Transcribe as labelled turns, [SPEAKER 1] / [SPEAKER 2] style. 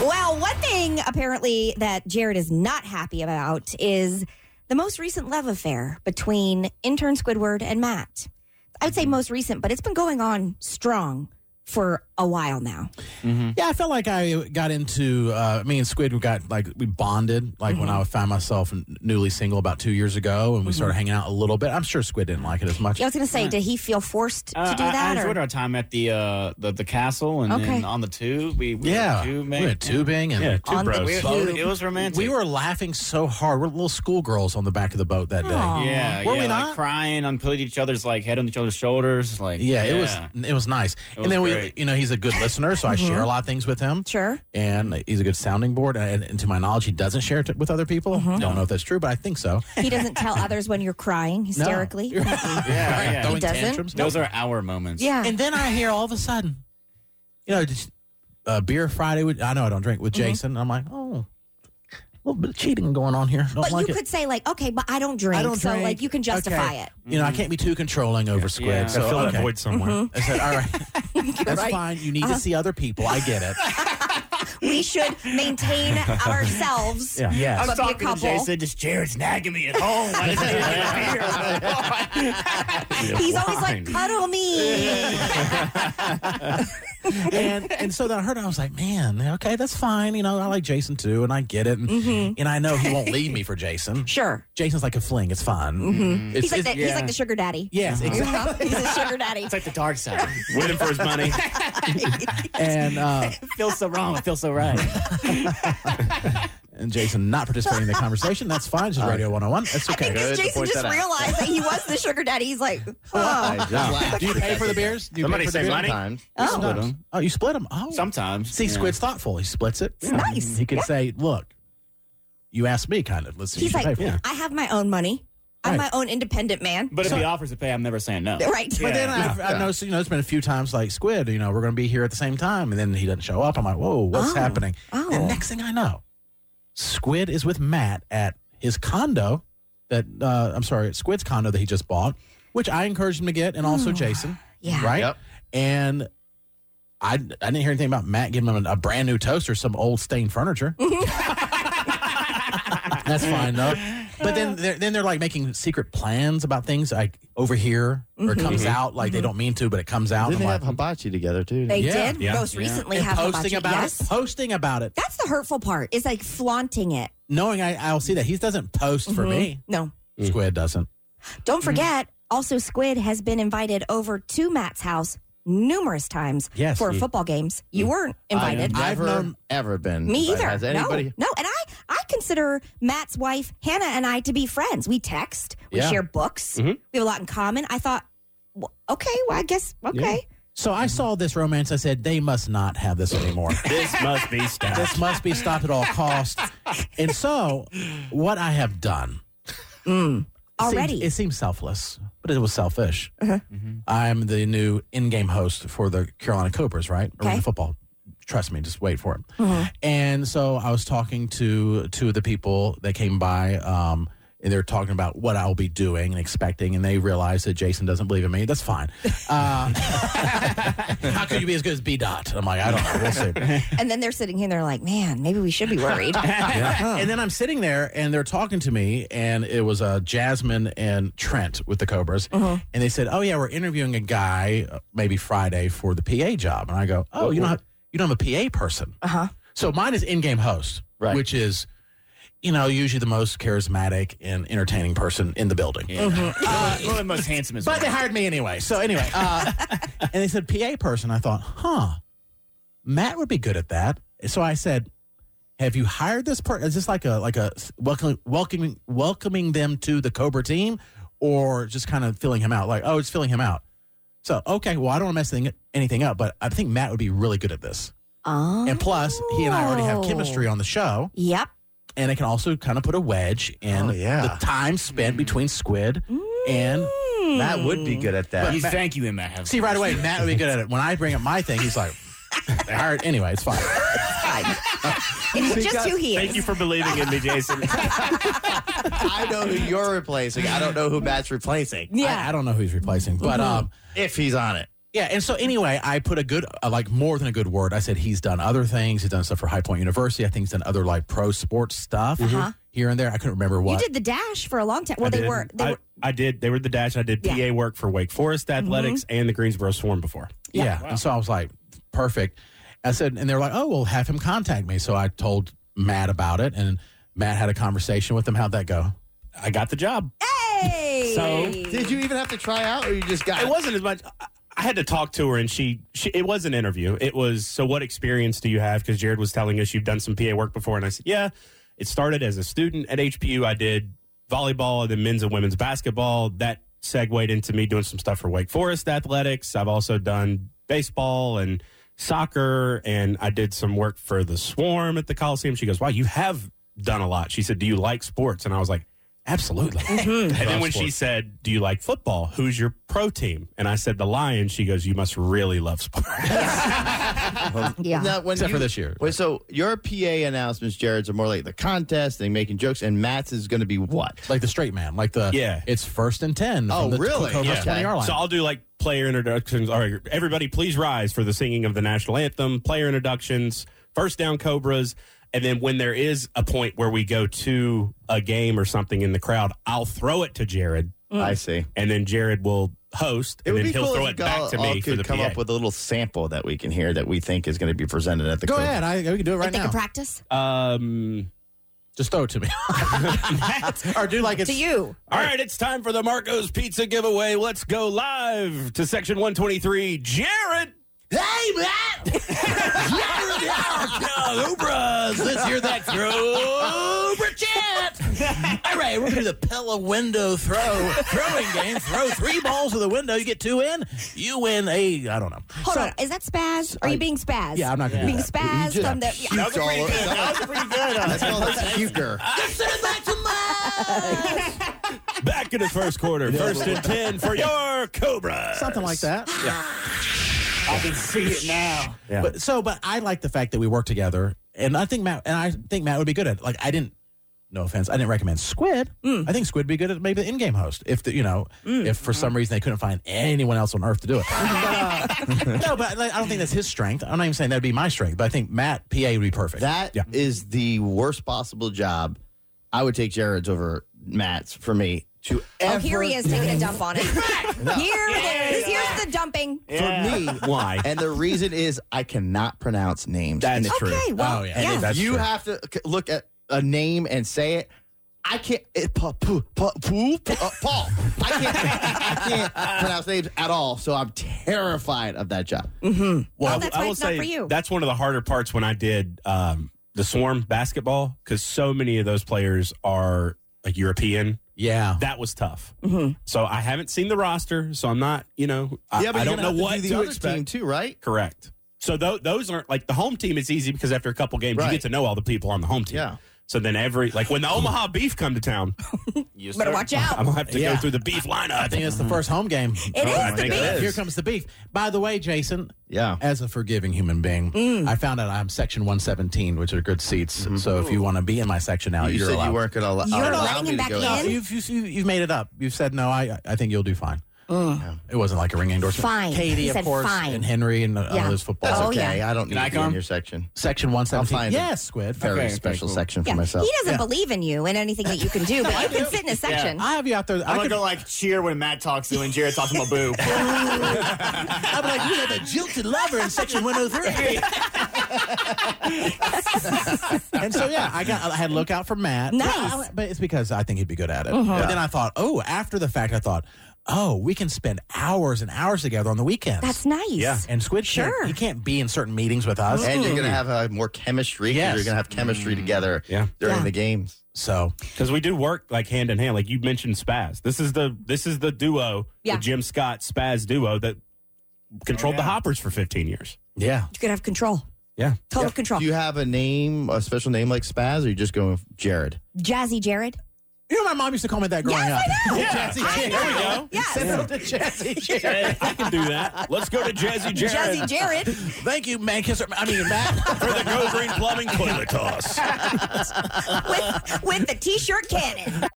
[SPEAKER 1] Well, one thing apparently that Jared is not happy about is the most recent love affair between intern Squidward and Matt. I would say
[SPEAKER 2] Mm-hmm.
[SPEAKER 1] most recent, but it's been going on strong for a while now.
[SPEAKER 2] Yeah, I felt like I got into uh, me and Squid. We got like we bonded. Like when I found myself n- newly single about two years ago, and we started hanging out a little bit. I'm sure Squid didn't like it as much.
[SPEAKER 1] Yeah, I was going to say, did he feel forced
[SPEAKER 3] Uh,
[SPEAKER 1] to do
[SPEAKER 3] I-
[SPEAKER 1] that?
[SPEAKER 3] I enjoyed
[SPEAKER 1] or?
[SPEAKER 3] our time at the uh, the, the castle and,
[SPEAKER 1] Okay.
[SPEAKER 3] then on the tube. We, we
[SPEAKER 2] Yeah,
[SPEAKER 3] were tubing.
[SPEAKER 2] we were tubing and
[SPEAKER 4] Yeah, two
[SPEAKER 1] On the
[SPEAKER 4] bros.
[SPEAKER 3] We-
[SPEAKER 1] tube.
[SPEAKER 3] it, was romantic.
[SPEAKER 2] we were laughing so hard. We're little schoolgirls on the back of the boat that day.
[SPEAKER 1] Aw.
[SPEAKER 3] yeah,
[SPEAKER 2] Were
[SPEAKER 3] yeah,
[SPEAKER 2] we
[SPEAKER 3] like
[SPEAKER 2] not?
[SPEAKER 3] crying on put each other's like head on each other's shoulders. Like
[SPEAKER 2] Yeah, it was it was nice.
[SPEAKER 3] was
[SPEAKER 2] and then
[SPEAKER 3] great.
[SPEAKER 2] we, you know, he's a good listener, so I share a lot of things with him.
[SPEAKER 1] Sure.
[SPEAKER 2] And he's a good sounding board. And, and to my knowledge, he doesn't share it with other people. Don't know if that's true, but I think so.
[SPEAKER 1] He doesn't tell others when you're crying
[SPEAKER 2] No.
[SPEAKER 1] hysterically.
[SPEAKER 2] You're right.
[SPEAKER 3] Yeah, yeah.
[SPEAKER 2] Throwing
[SPEAKER 1] He doesn't?
[SPEAKER 2] tantrums.
[SPEAKER 3] Those are our moments.
[SPEAKER 1] yeah.
[SPEAKER 2] And then I hear all of a sudden, you know, just, uh, beer Friday. With, I know I don't drink
[SPEAKER 1] Mm-hmm.
[SPEAKER 2] with Jason. I'm like, oh, a little bit of cheating going on here. Don't
[SPEAKER 1] but
[SPEAKER 2] like
[SPEAKER 1] you
[SPEAKER 2] it.
[SPEAKER 1] could say like, okay, but I don't drink,
[SPEAKER 2] I don't
[SPEAKER 1] so
[SPEAKER 2] drink.
[SPEAKER 1] like you can justify
[SPEAKER 2] Okay.
[SPEAKER 1] it.
[SPEAKER 2] you know, I can't be too controlling over Squid.
[SPEAKER 3] Yeah.
[SPEAKER 2] So
[SPEAKER 4] Gotta fill
[SPEAKER 2] okay.
[SPEAKER 4] that void somewhere.
[SPEAKER 2] I said, all right, that's
[SPEAKER 1] Mm-hmm. right. Uh-huh.
[SPEAKER 2] fine. You need to see other people. I get it.
[SPEAKER 1] We should maintain ourselves.
[SPEAKER 2] Yeah. Yes.
[SPEAKER 3] I was
[SPEAKER 1] But be a
[SPEAKER 3] talking to
[SPEAKER 1] couple.
[SPEAKER 3] Jason. Just Jared's nagging me at home. Why doesn't he have beer?
[SPEAKER 1] He's always like,
[SPEAKER 3] Wine.
[SPEAKER 1] cuddle me.
[SPEAKER 2] and and so then I heard, it, I was like, man, okay, that's fine. You know, I like Jason too, and I get it, and,
[SPEAKER 1] Mm-hmm.
[SPEAKER 2] and I know he won't leave me for Jason.
[SPEAKER 1] Sure.
[SPEAKER 2] Jason's like a fling; it's fine. It's,
[SPEAKER 1] Mm-hmm. He's like,
[SPEAKER 2] it's-
[SPEAKER 1] the, he's
[SPEAKER 3] yeah.
[SPEAKER 1] like the sugar daddy.
[SPEAKER 2] Yes, exactly.
[SPEAKER 1] He's a sugar daddy.
[SPEAKER 3] It's like the dark side.
[SPEAKER 4] Waiting for his money.
[SPEAKER 2] And uh,
[SPEAKER 3] feels so wrong. It feels so right.
[SPEAKER 2] and Jason not participating in the conversation. That's fine. It's just Radio 101. That's okay.
[SPEAKER 4] Good to
[SPEAKER 1] Jason
[SPEAKER 4] point
[SPEAKER 1] just
[SPEAKER 4] that out.
[SPEAKER 1] realized that he was the sugar daddy. He's like, oh.
[SPEAKER 2] Do you pay for the beers? Do you
[SPEAKER 4] Somebody
[SPEAKER 2] pay for
[SPEAKER 4] say
[SPEAKER 2] the beers?
[SPEAKER 4] money.
[SPEAKER 1] Oh.
[SPEAKER 3] Split
[SPEAKER 2] Sometimes.
[SPEAKER 3] 'em.
[SPEAKER 2] Oh, you split them. Oh,
[SPEAKER 3] Sometimes.
[SPEAKER 2] See,
[SPEAKER 3] yeah.
[SPEAKER 2] Squid's thoughtful. He splits it. It's
[SPEAKER 1] nice.
[SPEAKER 2] He could say, "Look, you asked me, kind of. Let's see.
[SPEAKER 1] He's
[SPEAKER 2] what you
[SPEAKER 1] like,
[SPEAKER 2] pay for it."
[SPEAKER 1] I have my own money. I'm
[SPEAKER 2] Right.
[SPEAKER 1] my own independent man.
[SPEAKER 3] But if he offers to pay, I'm never saying no.
[SPEAKER 1] right.
[SPEAKER 2] But then I've,
[SPEAKER 4] Yeah.
[SPEAKER 2] I've noticed, you know, it's been a few times like Squid, you know, we're going to be here at the same time. And then he doesn't show up. I'm like, whoa, what's
[SPEAKER 1] Oh.
[SPEAKER 2] happening?
[SPEAKER 1] Oh.
[SPEAKER 2] And next thing I know, Squid is with Matt at his condo that, uh, I'm sorry, at Squid's condo that he just bought, which I encouraged him to get, and also Jason.
[SPEAKER 1] Oh, Yeah.
[SPEAKER 2] Right?
[SPEAKER 4] Yep.
[SPEAKER 2] And I, I didn't hear anything about Matt giving him a, a brand new toaster, some old stained furniture. That's fine though. But then they're, then they're like making secret plans about things like over here or it
[SPEAKER 1] Mm-hmm.
[SPEAKER 2] comes out like they don't mean to, but it comes out.
[SPEAKER 5] Didn't
[SPEAKER 2] I'm
[SPEAKER 5] they
[SPEAKER 2] like,
[SPEAKER 5] have hibachi together too?
[SPEAKER 1] They
[SPEAKER 2] Yeah.
[SPEAKER 1] did
[SPEAKER 4] Yeah.
[SPEAKER 1] most recently
[SPEAKER 2] and
[SPEAKER 1] have hibachi.
[SPEAKER 2] posting about
[SPEAKER 1] yes.
[SPEAKER 2] it, posting about it,
[SPEAKER 1] That's the hurtful part. Is like flaunting it. Mm-hmm.
[SPEAKER 2] knowing I, I'll see that he doesn't post for me. Mm-hmm.
[SPEAKER 1] No.
[SPEAKER 5] Mm.
[SPEAKER 2] Squid doesn't.
[SPEAKER 1] Don't forget, also Squid has been invited over to Matt's house numerous times
[SPEAKER 2] Yes. Mm.
[SPEAKER 1] for football games. You weren't invited.
[SPEAKER 2] not.
[SPEAKER 5] I've
[SPEAKER 2] I've
[SPEAKER 5] never
[SPEAKER 2] known-
[SPEAKER 5] ever been.
[SPEAKER 1] Me
[SPEAKER 5] invited.
[SPEAKER 1] either.
[SPEAKER 5] Has anybody?
[SPEAKER 1] No, no. And I, I consider Matt's wife Hannah and I to be friends. We text. We
[SPEAKER 2] Yeah. Mm-hmm.
[SPEAKER 1] share books. We have a lot in common. I thought, well, okay, well, I guess okay.
[SPEAKER 2] So
[SPEAKER 1] Mm-hmm.
[SPEAKER 2] I saw this romance. I said they must not have this anymore.
[SPEAKER 4] This must be
[SPEAKER 2] this
[SPEAKER 4] stopped.
[SPEAKER 2] must be stopped at all costs. And so, what I have done it seems-
[SPEAKER 1] Already, Uh-huh.
[SPEAKER 2] it seems selfless, but it was selfish. I'm the new in-game host for the Carolina Cobras, right? Around
[SPEAKER 1] Okay. Uh-huh.
[SPEAKER 2] the football. Trust me, just wait for it. And so I was talking to two of the people that came by, um, and they're talking about what I'll be doing and expecting, and they realize that Jason doesn't believe in me. That's fine. Uh, how could you be as good as B Dot? I'm like, I don't know. We'll see.
[SPEAKER 1] and then they're sitting here. and They're like, man, maybe we should be worried.
[SPEAKER 2] And then I'm sitting there and they're talking to me, and it was uh, Jasmine and Trent with the Cobras. And they said, Oh, yeah, we're interviewing a guy uh, maybe Friday for the PA job. And I go, Oh, you, don't have, you don't have a PA person.
[SPEAKER 1] Uh-huh.
[SPEAKER 2] So mine is in game host,
[SPEAKER 5] Right.
[SPEAKER 2] which is, you know, usually the most charismatic and entertaining person in the building.
[SPEAKER 3] Yeah. Uh, one of the most handsome is.
[SPEAKER 2] But they hired me anyway. So anyway, uh, and they said PA person. I thought, huh, Matt would be good at that. So I said, have you hired this person? Is this like a like a welcoming welcoming welcoming them to the Cobra team, or just kind of filling him out? Like, oh, it's filling him out. So okay, well, I don't want to mess thing- anything up, but I think Matt would be really good at this.
[SPEAKER 1] oh.
[SPEAKER 2] And plus, he and I already have chemistry on the show,
[SPEAKER 1] Yep.
[SPEAKER 2] and it can also kind of put a wedge in
[SPEAKER 5] Oh, yeah.
[SPEAKER 2] the time spent between Squid and
[SPEAKER 1] Hmm.
[SPEAKER 5] That would be good at that.
[SPEAKER 3] You thank you in that house.
[SPEAKER 2] See right away, Matt would be good at it. When I bring up my thing, he's like, "All right, anyway, it's fine."
[SPEAKER 1] It's just who he
[SPEAKER 4] Thank
[SPEAKER 1] is.
[SPEAKER 4] you for believing in me, Jason.
[SPEAKER 5] I know who you're replacing. I don't know who Matt's replacing.
[SPEAKER 1] Mm-hmm.
[SPEAKER 2] I, I don't know who he's replacing, but um,
[SPEAKER 5] If he's on it.
[SPEAKER 2] Yeah, and so anyway, I put a good, uh, like more than a good word. I said he's done other things. He's done stuff for High Point University. I think he's done other like pro sports stuff
[SPEAKER 1] Uh-huh.
[SPEAKER 2] here and there. I couldn't remember what.
[SPEAKER 1] You did the dash for a long time. Well,
[SPEAKER 4] I
[SPEAKER 1] they
[SPEAKER 4] did.
[SPEAKER 1] were. They
[SPEAKER 4] I,
[SPEAKER 1] were
[SPEAKER 4] I did. They were the dash. I did PA
[SPEAKER 1] Yeah. Mm-hmm.
[SPEAKER 4] work for Wake Forest Athletics and the Greensboro Swarm before.
[SPEAKER 2] Yeah. And so I was like, perfect. I said, and they were like, oh, well, have him contact me. So I told Matt about it, and Matt had a conversation with him. How'd that go?
[SPEAKER 4] I got the job.
[SPEAKER 1] hey.
[SPEAKER 4] So,
[SPEAKER 5] Did you even have to try out, or you just got?
[SPEAKER 4] It wasn't as much. I- I had to talk to her, and she, she it was an interview. It was so. What experience do you have? Because Jared was telling us you've done some PA work before, and I said, yeah. It started as a student at HPU. I did volleyball, then men's and women's basketball. That segued into me doing some stuff for Wake Forest athletics. I've also done baseball and soccer, and I did some work for the Swarm at the Coliseum. She goes, "Wow, you have done a lot." She said, "Do you like sports?" And I was like, "Absolutely." And then when she said, "Do you like football? Who's your pro team?" and I said the Lions, she goes, "You must really love sports."
[SPEAKER 1] yeah.
[SPEAKER 5] Now, when
[SPEAKER 2] Except
[SPEAKER 5] you-
[SPEAKER 2] for this year.
[SPEAKER 5] Wait, so your PA announcements, Jared's, are more like the contest and making jokes, and Matt's is going to be what?
[SPEAKER 2] Like the straight man, like the
[SPEAKER 4] Yeah.
[SPEAKER 2] It's first and ten.
[SPEAKER 5] Oh,
[SPEAKER 2] from the
[SPEAKER 5] really?
[SPEAKER 2] Clover's
[SPEAKER 5] Yeah.
[SPEAKER 2] 20-yard line.
[SPEAKER 4] so I'll do like player introductions. All right, everybody, please rise for the singing of the national anthem. Player introductions, first down Cobras, and then when there is a point where we go to a game or something in the crowd, I'll throw it to Jared,
[SPEAKER 5] I see.
[SPEAKER 4] and then Jared will host,
[SPEAKER 5] It
[SPEAKER 4] and
[SPEAKER 5] would
[SPEAKER 4] then
[SPEAKER 5] be
[SPEAKER 4] he'll
[SPEAKER 5] cool
[SPEAKER 4] throw
[SPEAKER 5] if
[SPEAKER 4] it
[SPEAKER 5] you all,
[SPEAKER 4] back to
[SPEAKER 5] all
[SPEAKER 4] me for
[SPEAKER 5] could
[SPEAKER 4] the
[SPEAKER 5] come
[SPEAKER 4] PA.
[SPEAKER 5] up with a little sample that we can hear that we think is going to be presented at the.
[SPEAKER 2] Go
[SPEAKER 5] Cobra.
[SPEAKER 2] ahead. I, we can do it
[SPEAKER 1] like
[SPEAKER 2] right
[SPEAKER 1] they
[SPEAKER 2] now.
[SPEAKER 1] could practice
[SPEAKER 4] um,
[SPEAKER 2] Just throw it to me. or do like it's.
[SPEAKER 1] to you.
[SPEAKER 4] All right, it's time for the Marco's Pizza giveaway. Let's go live to section 123. Jared!
[SPEAKER 2] Hey, Matt! Jared Cobras! Let's hear that Cobra chant! All right, we're going to do the Pella window throw throwing game. Throw three balls to the window. You get two in. You win a, I don't know.
[SPEAKER 1] Hold on. Is that spaz? Are you being spaz?
[SPEAKER 2] Yeah, I'm not going to
[SPEAKER 1] being
[SPEAKER 2] do
[SPEAKER 1] spaz
[SPEAKER 5] You just-
[SPEAKER 1] from the. Yeah.
[SPEAKER 5] It's all over- That was pretty good. That's all that's puker.
[SPEAKER 2] that. Send it back to Mike!
[SPEAKER 4] Back in the first quarter. First and 10 for your Cobra.
[SPEAKER 2] Something like that.
[SPEAKER 3] I can see it now.
[SPEAKER 2] But so, but I like the fact that we work together, and I think Matt and I think Matt would be good at. it. Like, I didn't. No offense, I didn't recommend Squid.
[SPEAKER 3] Mm.
[SPEAKER 2] I think Squid would be good at maybe the in-game host if the, you know if for some reason they couldn't find anyone else on earth to do it. But, uh, no, but like, I don't think that's his strength. I'm not even saying that'd be my strength, but I think Matt PA would be perfect.
[SPEAKER 5] That is the worst possible job. I would take Jared's over Matt's for me to ever.
[SPEAKER 1] Oh, here he is taking a dump on it. Here, it is. here's the dumping.
[SPEAKER 5] For me,
[SPEAKER 4] Why?
[SPEAKER 5] and the reason is I cannot pronounce names.
[SPEAKER 4] That's
[SPEAKER 5] And
[SPEAKER 4] true.
[SPEAKER 1] Okay, well,
[SPEAKER 2] Oh, yeah.
[SPEAKER 1] yeah.
[SPEAKER 2] And
[SPEAKER 5] if
[SPEAKER 4] That's
[SPEAKER 5] you
[SPEAKER 4] true.
[SPEAKER 5] have to c- look at a name and say it. I can't. It, pa, poo, pa, poo, pa, uh, Paul. I can't. I can't pronounce names at all. So I'm terrified of that job.
[SPEAKER 4] Well,
[SPEAKER 1] Oh, that's why it's not for you.
[SPEAKER 4] That's one of the harder parts when I did um, the Swarm basketball because so many of those players are like European.
[SPEAKER 2] yeah,
[SPEAKER 4] That was tough.
[SPEAKER 1] Mm-hmm.
[SPEAKER 4] So I haven't seen the roster, so I'm not, you know, I, I don't know what
[SPEAKER 5] do
[SPEAKER 4] to
[SPEAKER 5] the other
[SPEAKER 4] expect.
[SPEAKER 5] team too, right?
[SPEAKER 4] Correct. So tho- those aren't like the home team is easy because after a couple games you
[SPEAKER 5] Right.
[SPEAKER 4] get to know all the people on the home team.
[SPEAKER 5] Yeah.
[SPEAKER 4] So then every like when the Omaha Beef come to town,
[SPEAKER 1] Better watch out.
[SPEAKER 4] I'm gonna have to
[SPEAKER 2] Yeah.
[SPEAKER 4] go through the beef lineup.
[SPEAKER 2] I think it's the first home game.
[SPEAKER 1] It is
[SPEAKER 4] I
[SPEAKER 1] the
[SPEAKER 4] think
[SPEAKER 1] beef.
[SPEAKER 4] it is.
[SPEAKER 2] Here comes the beef. By the way, Jason,
[SPEAKER 5] Yeah.
[SPEAKER 2] as a forgiving human being,
[SPEAKER 1] Mm.
[SPEAKER 2] I found out I'm section 117, which are good seats. So if you want to be in my section
[SPEAKER 4] Oh,
[SPEAKER 2] now,
[SPEAKER 5] Mm-hmm. you
[SPEAKER 2] are
[SPEAKER 5] said
[SPEAKER 2] allowed.
[SPEAKER 5] you weren't gonna allow.
[SPEAKER 1] You're
[SPEAKER 5] allow
[SPEAKER 1] allowing
[SPEAKER 5] me
[SPEAKER 1] him
[SPEAKER 5] to
[SPEAKER 1] back
[SPEAKER 5] go
[SPEAKER 1] in?
[SPEAKER 5] there.
[SPEAKER 2] No, you've, you've, you've made it up. You've said, no, I, I think you'll do fine. It wasn't like a ring endorsement.
[SPEAKER 1] Mm. Fine.
[SPEAKER 2] Katie,
[SPEAKER 1] He
[SPEAKER 2] of
[SPEAKER 1] said
[SPEAKER 2] course,
[SPEAKER 1] fine.
[SPEAKER 2] and Henry and uh, all
[SPEAKER 1] Yeah.
[SPEAKER 2] those
[SPEAKER 5] That's
[SPEAKER 2] football.
[SPEAKER 1] Oh,
[SPEAKER 5] okay.
[SPEAKER 1] yeah.
[SPEAKER 5] I don't need
[SPEAKER 4] I
[SPEAKER 5] to be
[SPEAKER 4] come?
[SPEAKER 5] in your section.
[SPEAKER 2] Section 117.
[SPEAKER 5] I'll find it.
[SPEAKER 2] yes, Squid.
[SPEAKER 5] Very
[SPEAKER 3] Okay,
[SPEAKER 5] special
[SPEAKER 3] cool.
[SPEAKER 5] section for
[SPEAKER 1] Yeah.
[SPEAKER 5] myself.
[SPEAKER 1] He doesn't believe in you and anything that you can do, but you can sit in a section.
[SPEAKER 2] I have you out there.
[SPEAKER 3] I'm
[SPEAKER 2] I
[SPEAKER 3] gonna
[SPEAKER 2] could,
[SPEAKER 3] go like cheer when Matt talks to when Jared talks to my boo.
[SPEAKER 2] I'm like, you have a jilted lover in section 103. and so yeah, I got I had a lookout for Matt.
[SPEAKER 1] Nice.
[SPEAKER 2] Yeah, I- but it's because I think he'd be good at it. But then I thought, oh, after the fact, I thought, oh, we can spend hours and hours together on the weekends.
[SPEAKER 1] That's nice.
[SPEAKER 4] Yeah.
[SPEAKER 2] and Squid, sure,
[SPEAKER 1] Sure.
[SPEAKER 2] he can't be in certain meetings with us.
[SPEAKER 5] And you're gonna have uh, more chemistry. 'cause
[SPEAKER 2] Yes.
[SPEAKER 5] You're gonna have chemistry together
[SPEAKER 4] Hmm. Yeah.
[SPEAKER 5] during
[SPEAKER 1] Yeah.
[SPEAKER 5] the games.
[SPEAKER 2] So
[SPEAKER 4] Because we do work like hand in hand. Like you mentioned Spaz. This is the this is the duo,
[SPEAKER 1] Yeah.
[SPEAKER 4] the Jim Scott Spaz duo that controlled the hoppers for fifteen years.
[SPEAKER 2] yeah,
[SPEAKER 1] You could have control.
[SPEAKER 4] Yeah.
[SPEAKER 1] Total control.
[SPEAKER 5] Do you have a name, a special name like Spaz, or you just going with Jared?
[SPEAKER 1] Jazzy Jared.
[SPEAKER 2] you know my mom used to call me that growing
[SPEAKER 1] Yes, I
[SPEAKER 2] up.
[SPEAKER 1] know.
[SPEAKER 2] Jazzy Jared.
[SPEAKER 4] There we go.
[SPEAKER 1] Yes.
[SPEAKER 2] Send it to Jazzy Jared.
[SPEAKER 4] I can do that. Let's go to Jazzy Jared
[SPEAKER 1] Jazzy Jared.
[SPEAKER 2] Thank you, man. Kisser. I mean, Matt.
[SPEAKER 4] for the Go Green Plumbing toilet toss.
[SPEAKER 1] with, with the t-shirt cannon.